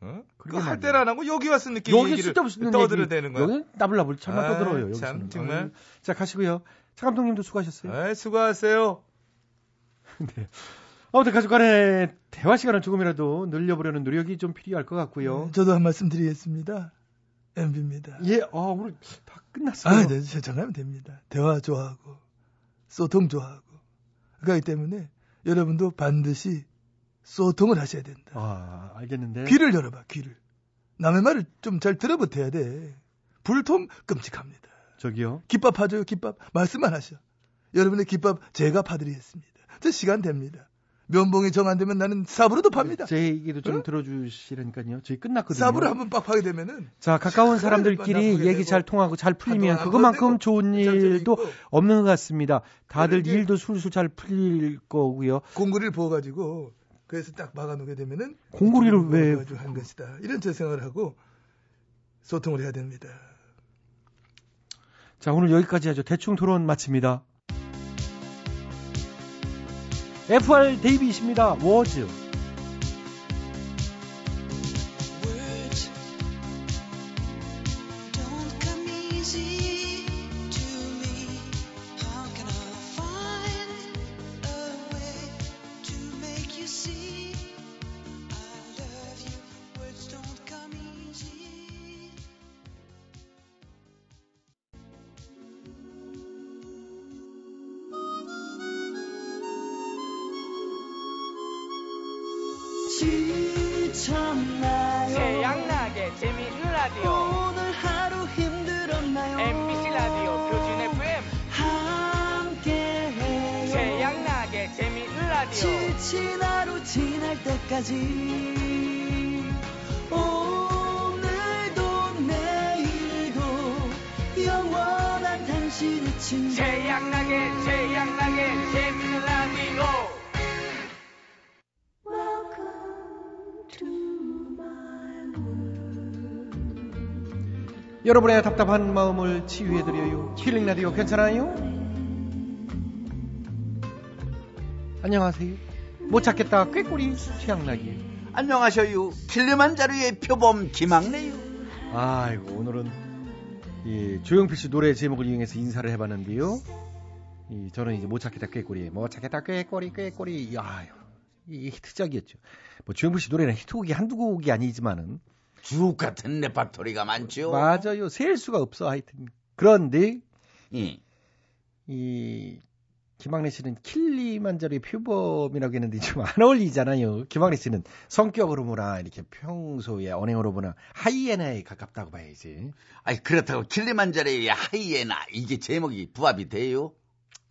S: 어? 그할 때를 안 하고 여기 와서 느끼는
A: 여기
S: 얘기를
A: 쓸데없는
S: 떠들어
A: 얘기.
S: 대는 거야.
A: 여기 나불나불 참아
S: 아,
A: 떠들어요. 여기서는.
S: 참, 정말.
A: 아유, 자 가시고요. 차 감독님도 수고하셨어요.
S: 네, 수고하세요.
A: 네. 아무튼 가족간의 대화 시간을 조금이라도 늘려보려는 노력이 좀 필요할 것
S: 네.
A: 같고요.
K: 저도 한 말씀 드리겠습니다. MB입니다.
A: 예, 아, 오늘 다 끝났어요.
K: 아, 네, 저장하면 됩니다. 대화 좋아하고, 소통 좋아하고. 그렇기 때문에 여러분도 반드시 소통을 하셔야 된다.
A: 아, 알겠는데.
K: 귀를 열어봐, 귀를. 남의 말을 좀 잘 들어붙어야 돼. 불통 끔찍합니다.
A: 저기요.
K: 기밥 파줘요, 기밥. 말씀만 하셔. 여러분의 기밥 제가 파드리겠습니다. 저 시간 됩니다. 면봉이 정 안 되면 나는 삽으로도 팝니다.
A: 네, 제 얘기도 좀 들어주시라니까요. 저희 끝났거든요.
K: 삽으로 한번 빡 파게 되면은
A: 자, 가까운 사람들끼리
K: 나쁘게
A: 얘기 잘 통하고 잘 풀리면 그것만큼 좋은 일도 없는 것 같습니다. 다들 일도 술술 잘 풀릴 거고요.
K: 공구리를 부어가지고 그래서 딱 막아놓게 되면은
A: 공구리를 왜
K: 아주 한 것이다. 이런 저 생각을 하고 소통을 해야 됩니다.
A: 자, 오늘 여기까지 하죠. 대충 토론 마칩니다. FR 데이비십니다. 워즈.
I: Words don't come easy to me. How can I find a way to make you see? I love you. Words don't come easy.
H: 지쳤나요?
T: 태양나게 재미있는 라디오
H: 오늘 하루 힘들었나요?
T: MBC 라디오 표준 FM
H: 함께해요.
T: 태양나게 재미있는 라디오
H: 지친 하루 지날 때까지 오늘도 내일도 영원한 당신의 친구
T: 태양나게 태양나게 재미있는 라디오
A: 여러분의 답답한 마음을 치유해드려요. 힐링 라디오 괜찮아요? 안녕하세요. 못 찾겠다. 꾀꼬리 수양락이에요.
U: 안녕하셔요. 킬리만자루의 표범 김학래요.
A: 아이고 오늘은 이 조용필 씨 노래 제목을 이용해서 인사를 해봤는데요. 이 저는 이제 못 찾겠다 꾀꼬리, 못 찾겠다 꾀꼬리, 꾀꼬리. 아유 이 히트작이었죠. 뭐 조용필 씨 노래는 히트곡이 한두 곡이 아니지만은
U: 주옥 같은 레파토리가 많죠.
A: 맞아요. 세일 수가 없어 하여튼. 그런데 이 김학래 씨는 킬리만자로의 표범이라고 했는데 좀 안 어울리잖아요. 김학래 씨는 성격으로 보나 이렇게 평소에 언행으로 보나 하이에나에 가깝다고 봐야지.
U: 아니 그렇다고 킬리만자루의 하이에나 이게 제목이 부합이 돼요?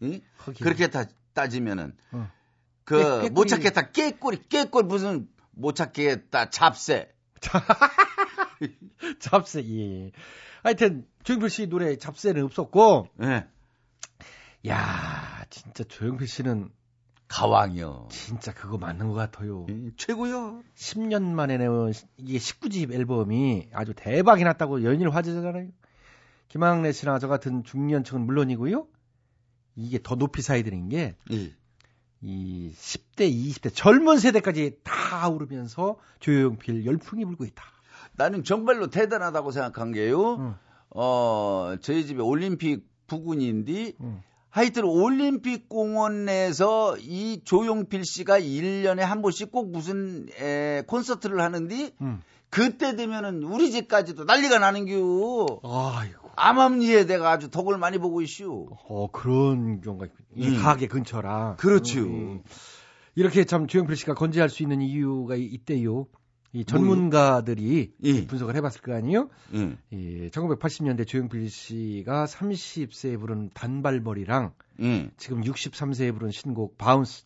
U: 응? 그렇게 다 따지면은
A: 어.
U: 그 못 찾겠다 깨꼬리 깨꼬리 무슨 못 찾겠다 잡새
A: 잡새 예. 하여튼 조용필 씨 노래
U: 네.
A: 잡새는 없었고.
U: 예.
A: 야 진짜 조용필 씨는
U: 가왕이요.
A: 진짜 그거 맞는 것 같아요.
U: 최고요.
A: 10년 만에 내온 시- 이게 19집 앨범이 아주 대박이 났다고 연일 화제잖아요. 김학래 씨나 저 같은 중년층은 물론이고요. 이게 더 높이 사이드인 게,
U: 예.
A: 이 10대, 20대 젊은 세대까지 다 오르면서 조용필 열풍이 불고 있다.
U: 나는 정말로 대단하다고 생각한 게요. 어, 저희 집에 올림픽 부군인데 하여튼 올림픽 공원 내에서 이 조용필 씨가 1년에 한 번씩 꼭 무슨 에, 콘서트를 하는데 그때 되면은 우리 집까지도 난리가 나는겨.
A: 아이고.
U: 암암리에 내가 아주 덕을 많이 보고 있슈.
A: 어, 그런 경우가 있군요. 이
U: 음.
A: 가게 근처라.
U: 그렇죠.
A: 음. 이렇게 참 조영필 씨가 건재할 수 있는 이유가 이- 있대요.
U: 뭐,
A: 이 전문가들이
U: 예.
A: 분석을 해봤을 거 아니에요?
U: 음.
A: 이 1980년대 조영필 씨가 30세에 부른 단발머리랑 지금 63세에 부른 신곡 바운스,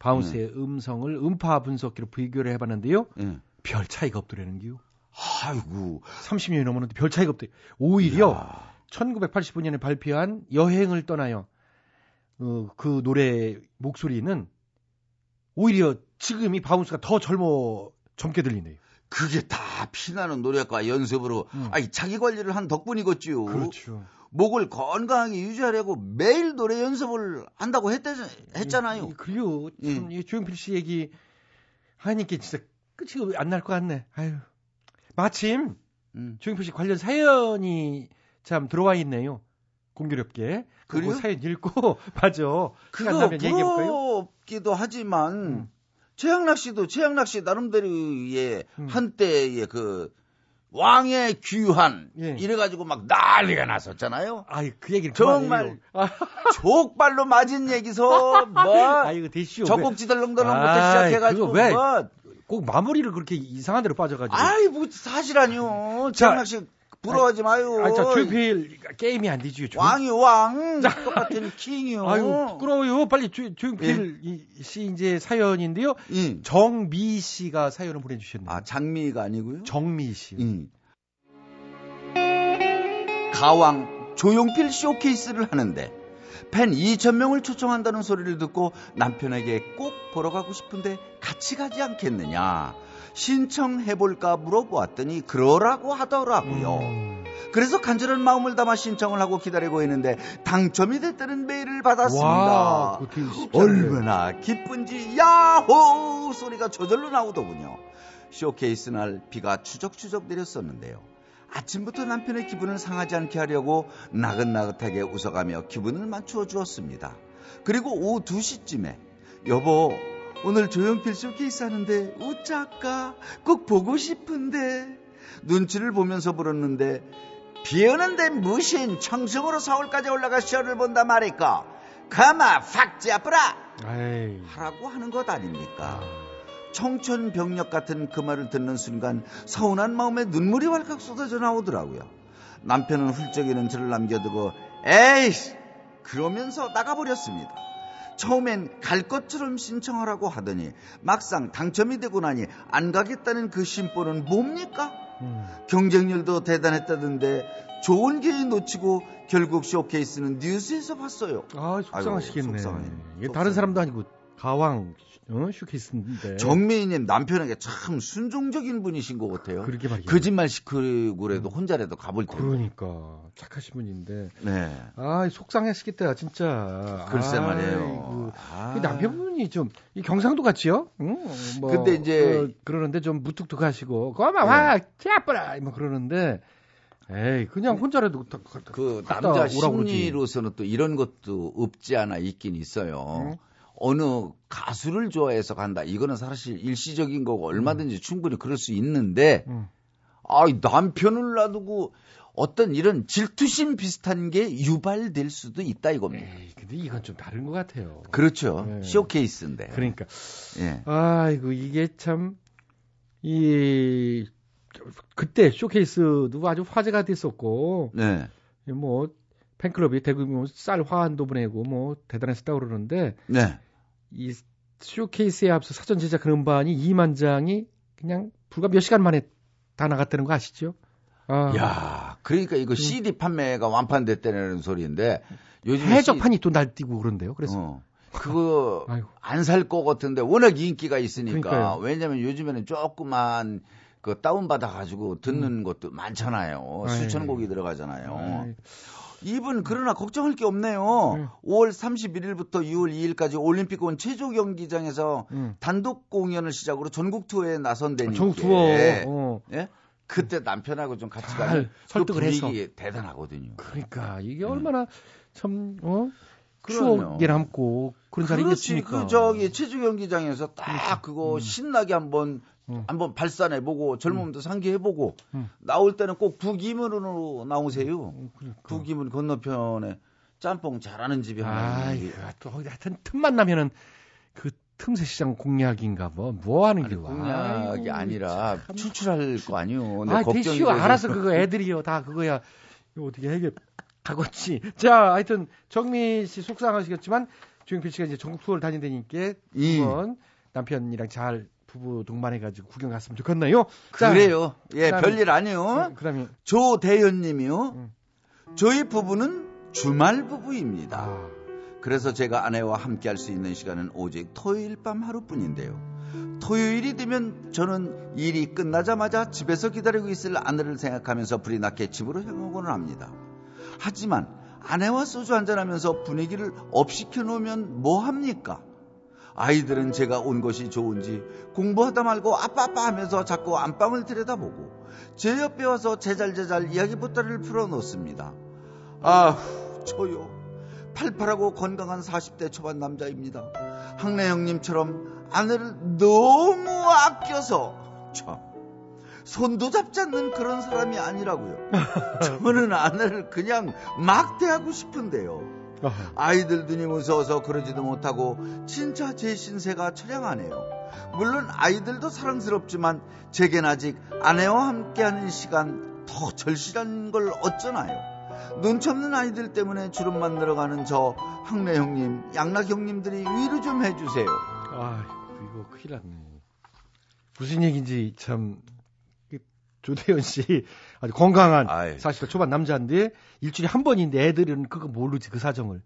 A: 바운스의 음. 성을 음파 분석기로 비교를 해봤는데요. 별 차이가 없더라는 기요.
U: 음. 아이고.
A: 30년이 넘었는데 별 차이가 없대. 오히려 1985년에 발표한 여행을 떠나요. 어, 그 노래 목소리는 오히려 지금 이 바운스가 더 젊어 젊게 들리네요. 음.
U: 그게 다 피나는 노력과 연습으로 아이 자기 관리를 한 덕분이겠지요.
A: 그렇죠.
U: 목을 건강하게 유지하려고 매일 노래 연습을 한다고 했대, 했잖아요. 예.
A: 그래요. 예, 참, 이 조용필 씨 얘기 하니까 진짜 끝이 안 날 것 같네. 아유. 마침
U: 음.
A: 조용필 씨 관련 사연이 참 들어와 있네요. 공교롭게.
U: 그래요?
A: 그리고 사연 읽고 맞아. 시간
U: 그거 뭐
A: 나면 그러니까 얘기해 볼까요? 음.
U: 부럽기도 하지만 최양락 씨도 최양락 씨 나름대로 예
A: 음.
U: 한때의 그 왕의 귀환 이래가지고 막 난리가 났었잖아요.
A: 예. 아이 그 얘기를 아.
U: 정말 족발로 맞은 얘기서 뭐
A: 아이고 대시오. 아,
U: 젖꼭지 덜렁덜렁부터 시작해가지고 뭐
A: 왜꼭 마무리를 그렇게 이상한 데로 빠져가지고.
U: 아이 뭐 사실 아니요. 최양락 씨 부러워하지 마요.
A: 아니, 자, 조용필 게임이 안 되지. 조용-
U: 왕이 왕 똑같은 킹이요.
A: 아유 부끄러워요. 빨리 조, 조용필
U: 예.
A: 이- 씨 이제 사연인데요. 정미 씨가 사연을 보내주셨네요.
U: 아 장미가 아니고요.
A: 정미 씨.
U: 예. 가왕 조용필 쇼케이스를 하는데 팬 2,000명을 초청한다는 소리를 듣고 남편에게 꼭 보러 가고 싶은데 같이 가지 않겠느냐 신청해볼까 물어보았더니 그러라고 하더라고요.
A: 음.
U: 그래서 간절한 마음을 담아 신청을 하고 기다리고 있는데 당첨이 됐다는 메일을 받았습니다. 아,
A: 와, 그거 되게 쉽지 않은데.
U: 얼마나 기쁜지 야호 소리가 저절로 나오더군요. 쇼케이스 날 비가 추적추적 내렸었는데요. 아침부터 남편의 기분을 상하지 않게 하려고 나긋나긋하게 웃어가며 기분을 만추어 주었습니다. 그리고 오후 2시쯤에 여보 오늘 조용필 쇼케이스 하는데 웃자까 꼭 보고 싶은데 눈치를 보면서 물었는데 비 오는데 무신 청승으로 서울까지 올라가 시험을 본다 말이까 가마 팍지 아프라 하라고 하는 것 아닙니까? 청춘 병력 같은 그 말을 듣는 순간 서운한 마음에 눈물이 왈칵 쏟아져 나오더라고요. 남편은 훌쩍이는 저를 남겨두고 에이씨 그러면서 나가버렸습니다. 처음엔 갈 것처럼 신청하라고 하더니 막상 당첨이 되고 나니 안 가겠다는 그 심보는 뭡니까?
A: 음.
U: 경쟁률도 대단했다던데 좋은 기회 놓치고 결국 쇼케이스는 뉴스에서 봤어요.
A: 아 속상하시겠네.
U: 아이고,
A: 속상해.
U: 속상해.
A: 이게 예, 다른 사람도 아니고 가왕 어? 쇼케이스인데.
U: 정미희님 남편에게 참 순종적인 분이신 것 같아요.
A: 그러게 말이에요.
U: 거짓말 시키고 그래도 혼자라도 가볼 텐데.
A: 그러니까 착하신 분인데.
U: 네.
A: 아, 속상하시겠다, 진짜.
U: 글쎄 말이에요.
A: 아이고.
U: 아.
A: 이 남편분이 좀, 이 경상도 같지요? 응? 뭐,
U: 근데 이제- 예.
A: 어, 그러는데 좀 무뚝뚝하시고, 거마 와, 짜뿌라! 뭐 그러는데, 에이, 그냥 혼자라도. 다- 가-
U: 예. 그
A: 갔다
U: 남자
A: 오라고 그러지.
U: 심리로서는 또 이런 것도 없지 않아 있긴 있어요.
A: 응?
U: 어느 가수를 좋아해서 간다. 이거는 사실 일시적인 거고
A: 음.
U: 얼마든지 충분히 그럴 수 있는데,
A: 응.
U: 아 남편을 놔두고 어떤 이런 질투심 비슷한 게 유발될 수도 있다 이겁니다.
A: 근데 이건 좀 다른 것 같아요.
U: 그렇죠.
A: 네.
U: 쇼케이스인데.
A: 그러니까.
U: 예.
A: 아이고, 이게 참, 이, 그때 쇼케이스도 아주 화제가 됐었고,
U: 네.
A: 뭐, 팬클럽이 대규모 쌀 화환도 보내고, 뭐, 대단했었다 고 그러는데,
U: 네.
A: 이 쇼케이스에 앞서 사전 제작 음반이 2만 장이 그냥 불과 몇 시간 만에 다 나갔다는 거 아시죠? 아, 음.
U: 야, 그러니까 이거 CD 판매가 완판됐다는 소리인데 요즘
A: 해적판이 또 날뛰고 그런데요. 그래서
U: 어. 그거 안 살 거 같은데 워낙 인기가 있으니까
A: 그러니까요.
U: 왜냐면 요즘에는 조그만 그 다운 받아 가지고 듣는 것도 많잖아요.
A: 음. 아이.
U: 수천 곡이 들어가잖아요. 이분 그러나 걱정할 게 없네요. 5월 31일부터 6월 2일까지 올림픽원 체조 경기장에서 단독 공연을 시작으로 전국 투어에 나선다니까.
A: 아, 전국 투어, 어.
U: 예? 그때 남편하고 좀 같이
A: 잘
U: 가는 그
A: 설득을 해서.
U: 분위기 대단하거든요.
A: 그러니까 이게 얼마나 참 어?
U: 음. 그럼요.
A: 추억이 남고 그런
U: 그렇지.
A: 자리겠습니까? 그렇죠. 음.
U: 그 저기 체조 경기장에서 딱 그거 신나게 한번 한번 발산해 보고 젊음도 상기해 보고 나올 때는 꼭 북이문으로 나오세요.
A: 음, 그러니까.
U: 북이문 건너편에 짬뽕 잘하는 집이 하나 있는데.
A: 또 거기 하여튼 틈만 나면은 그 틈새 시장 공략인가 뭐 뭐 하는 길로
U: 공약이 아니라 출출할 거 아니요. 근데
A: 아,
U: 걱정이
A: 대시오
U: 돼서.
A: 알아서 그거 애들이요 다 그거야. 이거 어떻게 해결 가겠지. 자, 하여튼 정미 씨 속상하시겠지만 조용필 씨가 이제 전국 투어를 다닌다니까 한번 남편이랑 잘 부부 동반해가지고 구경 갔으면 좋겠나요? 자,
U: 그래요. 예,
A: 그다음에- 네,
U: 별일 아니요.
A: 그다음에
U: 조대현님이요. 저희 부부는 주말 부부입니다. 그래서 제가 아내와 함께할 수 있는 시간은 오직 토요일 밤 하루뿐인데요. 토요일이 되면 저는 일이 끝나자마자 집에서 기다리고 있을 아내를 생각하면서 불이 나게 집으로 향하곤 합니다. 하지만 아내와 소주 한잔하면서 분위기를 업시켜 놓으면 뭐 합니까? 아이들은 제가 온 것이 좋은지 공부하다 말고 아빠 아빠 하면서 자꾸 안방을 들여다보고 제 옆에 와서 제잘제잘 이야기 보따리를 풀어놓습니다. 아, 저요. 팔팔하고 건강한 40대 초반 남자입니다. 항래 형님처럼 아내를 너무 아껴서 참 손도 잡지 않는 그런 사람이 아니라고요. 저는 아내를 그냥 막 대하고 싶은데요. 아이들 눈이 무서워서 그러지도 못하고 진짜 제 신세가 처량하네요. 물론 아이들도 사랑스럽지만 제겐 아직 아내와 함께하는 시간 더 절실한 걸 어쩌나요? 눈치 없는 아이들 때문에 주름 만들어 가는 저 항래 형님, 양락 형님들이 위로 좀 해주세요.
A: 아, 이거 큰일 났네. 무슨 얘기인지 참 이, 조대현 씨 아주 건강한 40대 초반 남자인데 일주일에 한 번인데 애들은 그거 모르지 그 사정을.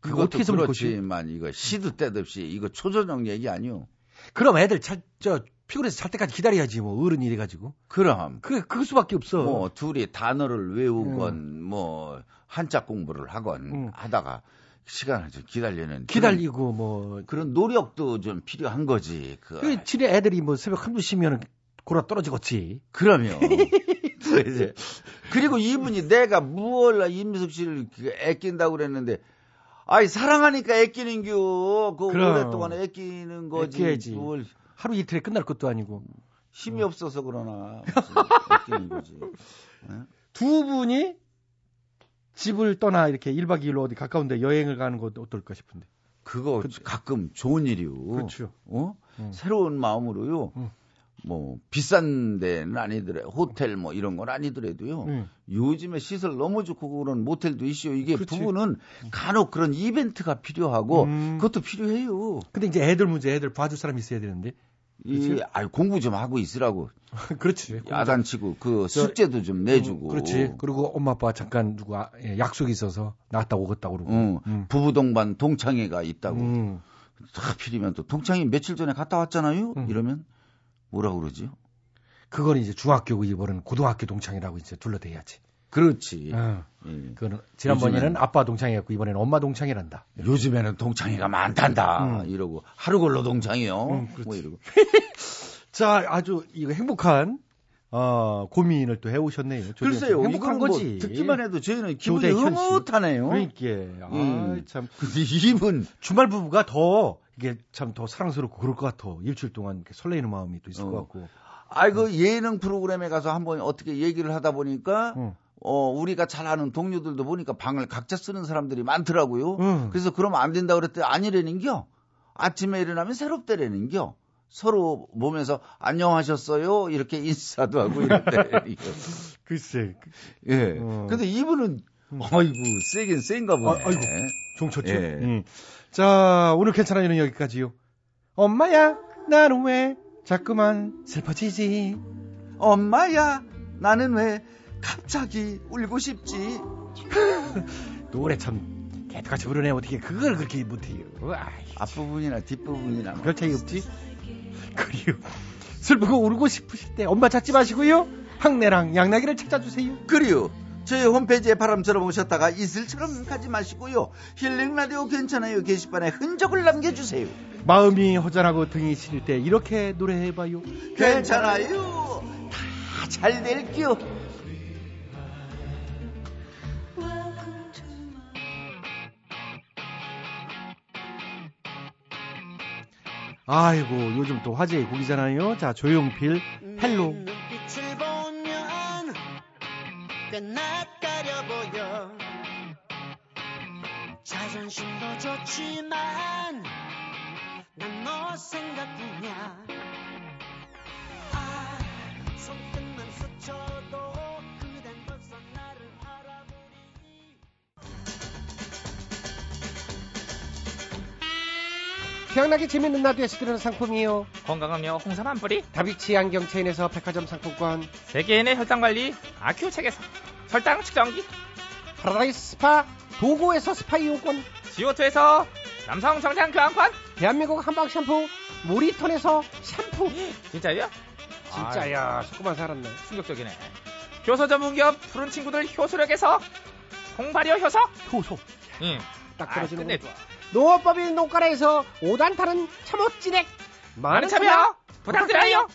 A: 그거
U: 그것도
A: 어떻게 좀 보시?
U: 그렇지만 이거 시도 때도 없이 이거 초저녁 얘기 아니요.
A: 그럼 애들 잘, 저 피곤해서 잘 때까지 기다려야지 뭐 어른이 래 가지고.
U: 그럼
A: 그 그럴 수밖에 없어.
U: 뭐 둘이 단어를 외우건 뭐 한자 공부를 하건 하다가 시간을 좀 기다리는
A: 기다리고 뭐
U: 그런 노력도 좀 필요한 거지. 그
A: 그 집에 애들이 뭐 새벽 한두 시면은 골아 떨어지겠지.
U: 그럼요.
A: 네.
U: 이제 그리고 이분이 내가 무얼라 임미숙 씨를 그 애낀다고 그랬는데 아이 사랑하니까 애끼는겨. 그
A: 그럼.
U: 오랫동안 애끼는 거지.
A: 애껴야지.
U: 뭘
A: 하루 이틀에 끝날 것도 아니고.
U: 힘이 없어서 그러나.
A: 두 분이 집을 떠나 이렇게 1박 2일로 어디 가까운데 여행을 가는 것도 어떨까 싶은데.
U: 그거 가끔 좋은 일이요.
A: 그렇죠.
U: 어? 새로운 마음으로요. 뭐 비싼 데는 아니더래 호텔 뭐 이런 건 아니더라도요. 요즘에 시설 너무 좋고 그런 모텔도 있어요. 이게 부부는 간혹 그런 이벤트가 필요하고
A: 음.
U: 그것도 필요해요.
A: 근데 이제 애들 문제, 애들 봐줄 사람이 있어야 되는데.
U: 이,
A: 그렇지?
U: 아유, 공부 좀 하고 있으라고.
A: 그렇지.
U: 야단치고 그
A: 저- 음,
U: 숙제도 좀 내주고.
A: 그렇지. 그리고 엄마 아빠 잠깐 누구 아- 예, 약속이 있어서 나갔다 오겠다 그러고.
U: 응. 부부 동반 동창회가 있다고.
A: 음.
U: 하필이면 또 동창회 며칠 전에 갔다 왔잖아요.
A: 음.
U: 이러면 뭐라 그러지요?
A: 그건 이제 중학교고 이번은 고등학교 동창이라고 이제 둘러대야지.
U: 그렇지.
A: 어.
U: 예.
A: 그거는 지난번에는
U: 요즘엔-
A: 아빠 동창이었고 이번에는 엄마 동창이란다. 음.
U: 요즘에는 동창회가 많단다. 이러고 하루 걸러 동창이요. 뭐 이러고.
A: 자, 아주 이거 행복한 어, 고민을 또 해오셨네요. 조대현 씨.
U: 글쎄요,
A: 행복한
U: 이거는 뭐
A: 거지.
U: 듣기만 해도 저희는 기분이
A: 조대현 씨.
U: 흐뭇하네요.
A: 그러니까,
U: 음.
A: 아참.
U: 근데 이분
A: 주말 부부가 더 이게 참 더 사랑스럽고 그럴 것 같아. 일주일 동안 이렇게 설레이는 마음이
U: 어,
A: 또 있을 것 같고.
U: 아이고 예능 프로그램에 가서 한번 어떻게 얘기를 하다 보니까 어 우리가 잘 아는 동료들도 보니까 방을 각자 쓰는 사람들이 많더라고요.
A: 음.
U: 그래서 그러면 안 된다 그랬더니 아니라는겨. 아침에 일어나면 새롭다라는겨. 서로 보면서 안녕하셨어요 이렇게 인사도 하고 이랬대.
A: 글쎄. 그, 어,
U: 예. 근데 이분은 아이고 세긴 센가 보네.
A: 음. 아, 아이고, 종쳤죠.
U: 예.
A: 음. 자, 오늘 괜찮아요는 여기까지요. 엄마야, 나는 왜 자꾸만 슬퍼지지?
U: 엄마야, 나는 왜 갑자기 울고 싶지?
A: 노래 참 개같이 부르네 어떻게 그걸 그렇게 못해요.
U: 앞부분이나 뒷부분이나 뭐
A: 별 차이 없지. 그리고 슬프고 울고 싶으실 때 엄마 찾지 마시고요. 항내랑 양나기를 찾아주세요.
U: 그리요. 저희 홈페이지에 바람처럼 오셨다가 이슬처럼 가지 마시고요. 힐링 라디오 괜찮아요 게시판에 흔적을 남겨주세요.
A: 마음이 허전하고 등이 시릴 때 이렇게 노래해봐요.
U: 괜찮아요. 다 잘 될게요.
A: 아이고 요즘 또 화제의 곡이잖아요. 자 조용필
J: 음.
A: 헬로.
H: 빛을 보면 꽤 낯가려 보여 자존심도 좋지만 뭐 난 너 생각뿐이야 아 손끝만 스쳐도 그댄 벌써 나를 알아보니
L: 기억나게 재밌는 라디오에 서 드리는 상품이요.
J: 건강음료 홍삼 한 뿌리
L: 다비치 안경 체인에서 백화점 상품권.
J: 세계인의 혈당관리 아큐 책에서 혈당 측정기
L: 파라다이스 스파 도고에서 스파 이용권.
J: 지오투에서 남성 정장 교환권
L: 대한민국 한방 샴푸 모리톤에서 샴푸.
J: 진짜요?
L: 진짜야. 조금만 살았네.
J: 충격적이네 효소 전문기업 푸른 친구들 효소력에서 콩발효 효소
L: 효소
J: 응딱
L: 떨어지는
J: 끝내줘
L: 농업법인 농가라에서 5단 타는 참옷진액.
J: 많은 참여 부탁드려요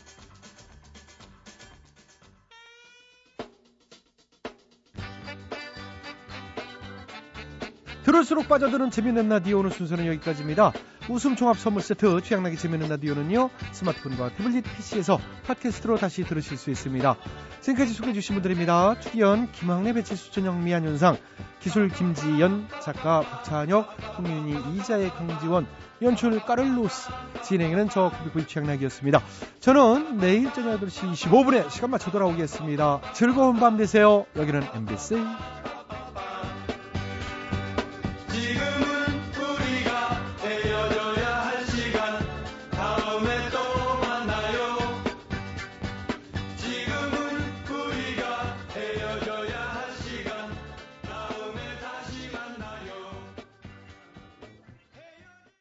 A: 들을수록 빠져드는 재밌는 라디오 오늘 순서는 여기까지입니다. 웃음 종합 선물 세트 취향나게 재밌는 라디오는요. 스마트폰과 태블릿 PC에서 팟캐스트로 다시 들으실 수 있습니다. 지금까지 소개해 주신 분들입니다. 출연 김학래 배치수 전영 미안윤상 기술 김지연 작가 박찬혁 홍윤희 이자의 강지원 연출 까를로스 진행에는 저 코비코이 취향나기였습니다. 저는 내일 저녁 8시 25분에 시간 맞춰 돌아오겠습니다. 즐거운 밤 되세요. 여기는 MBC
V: 지금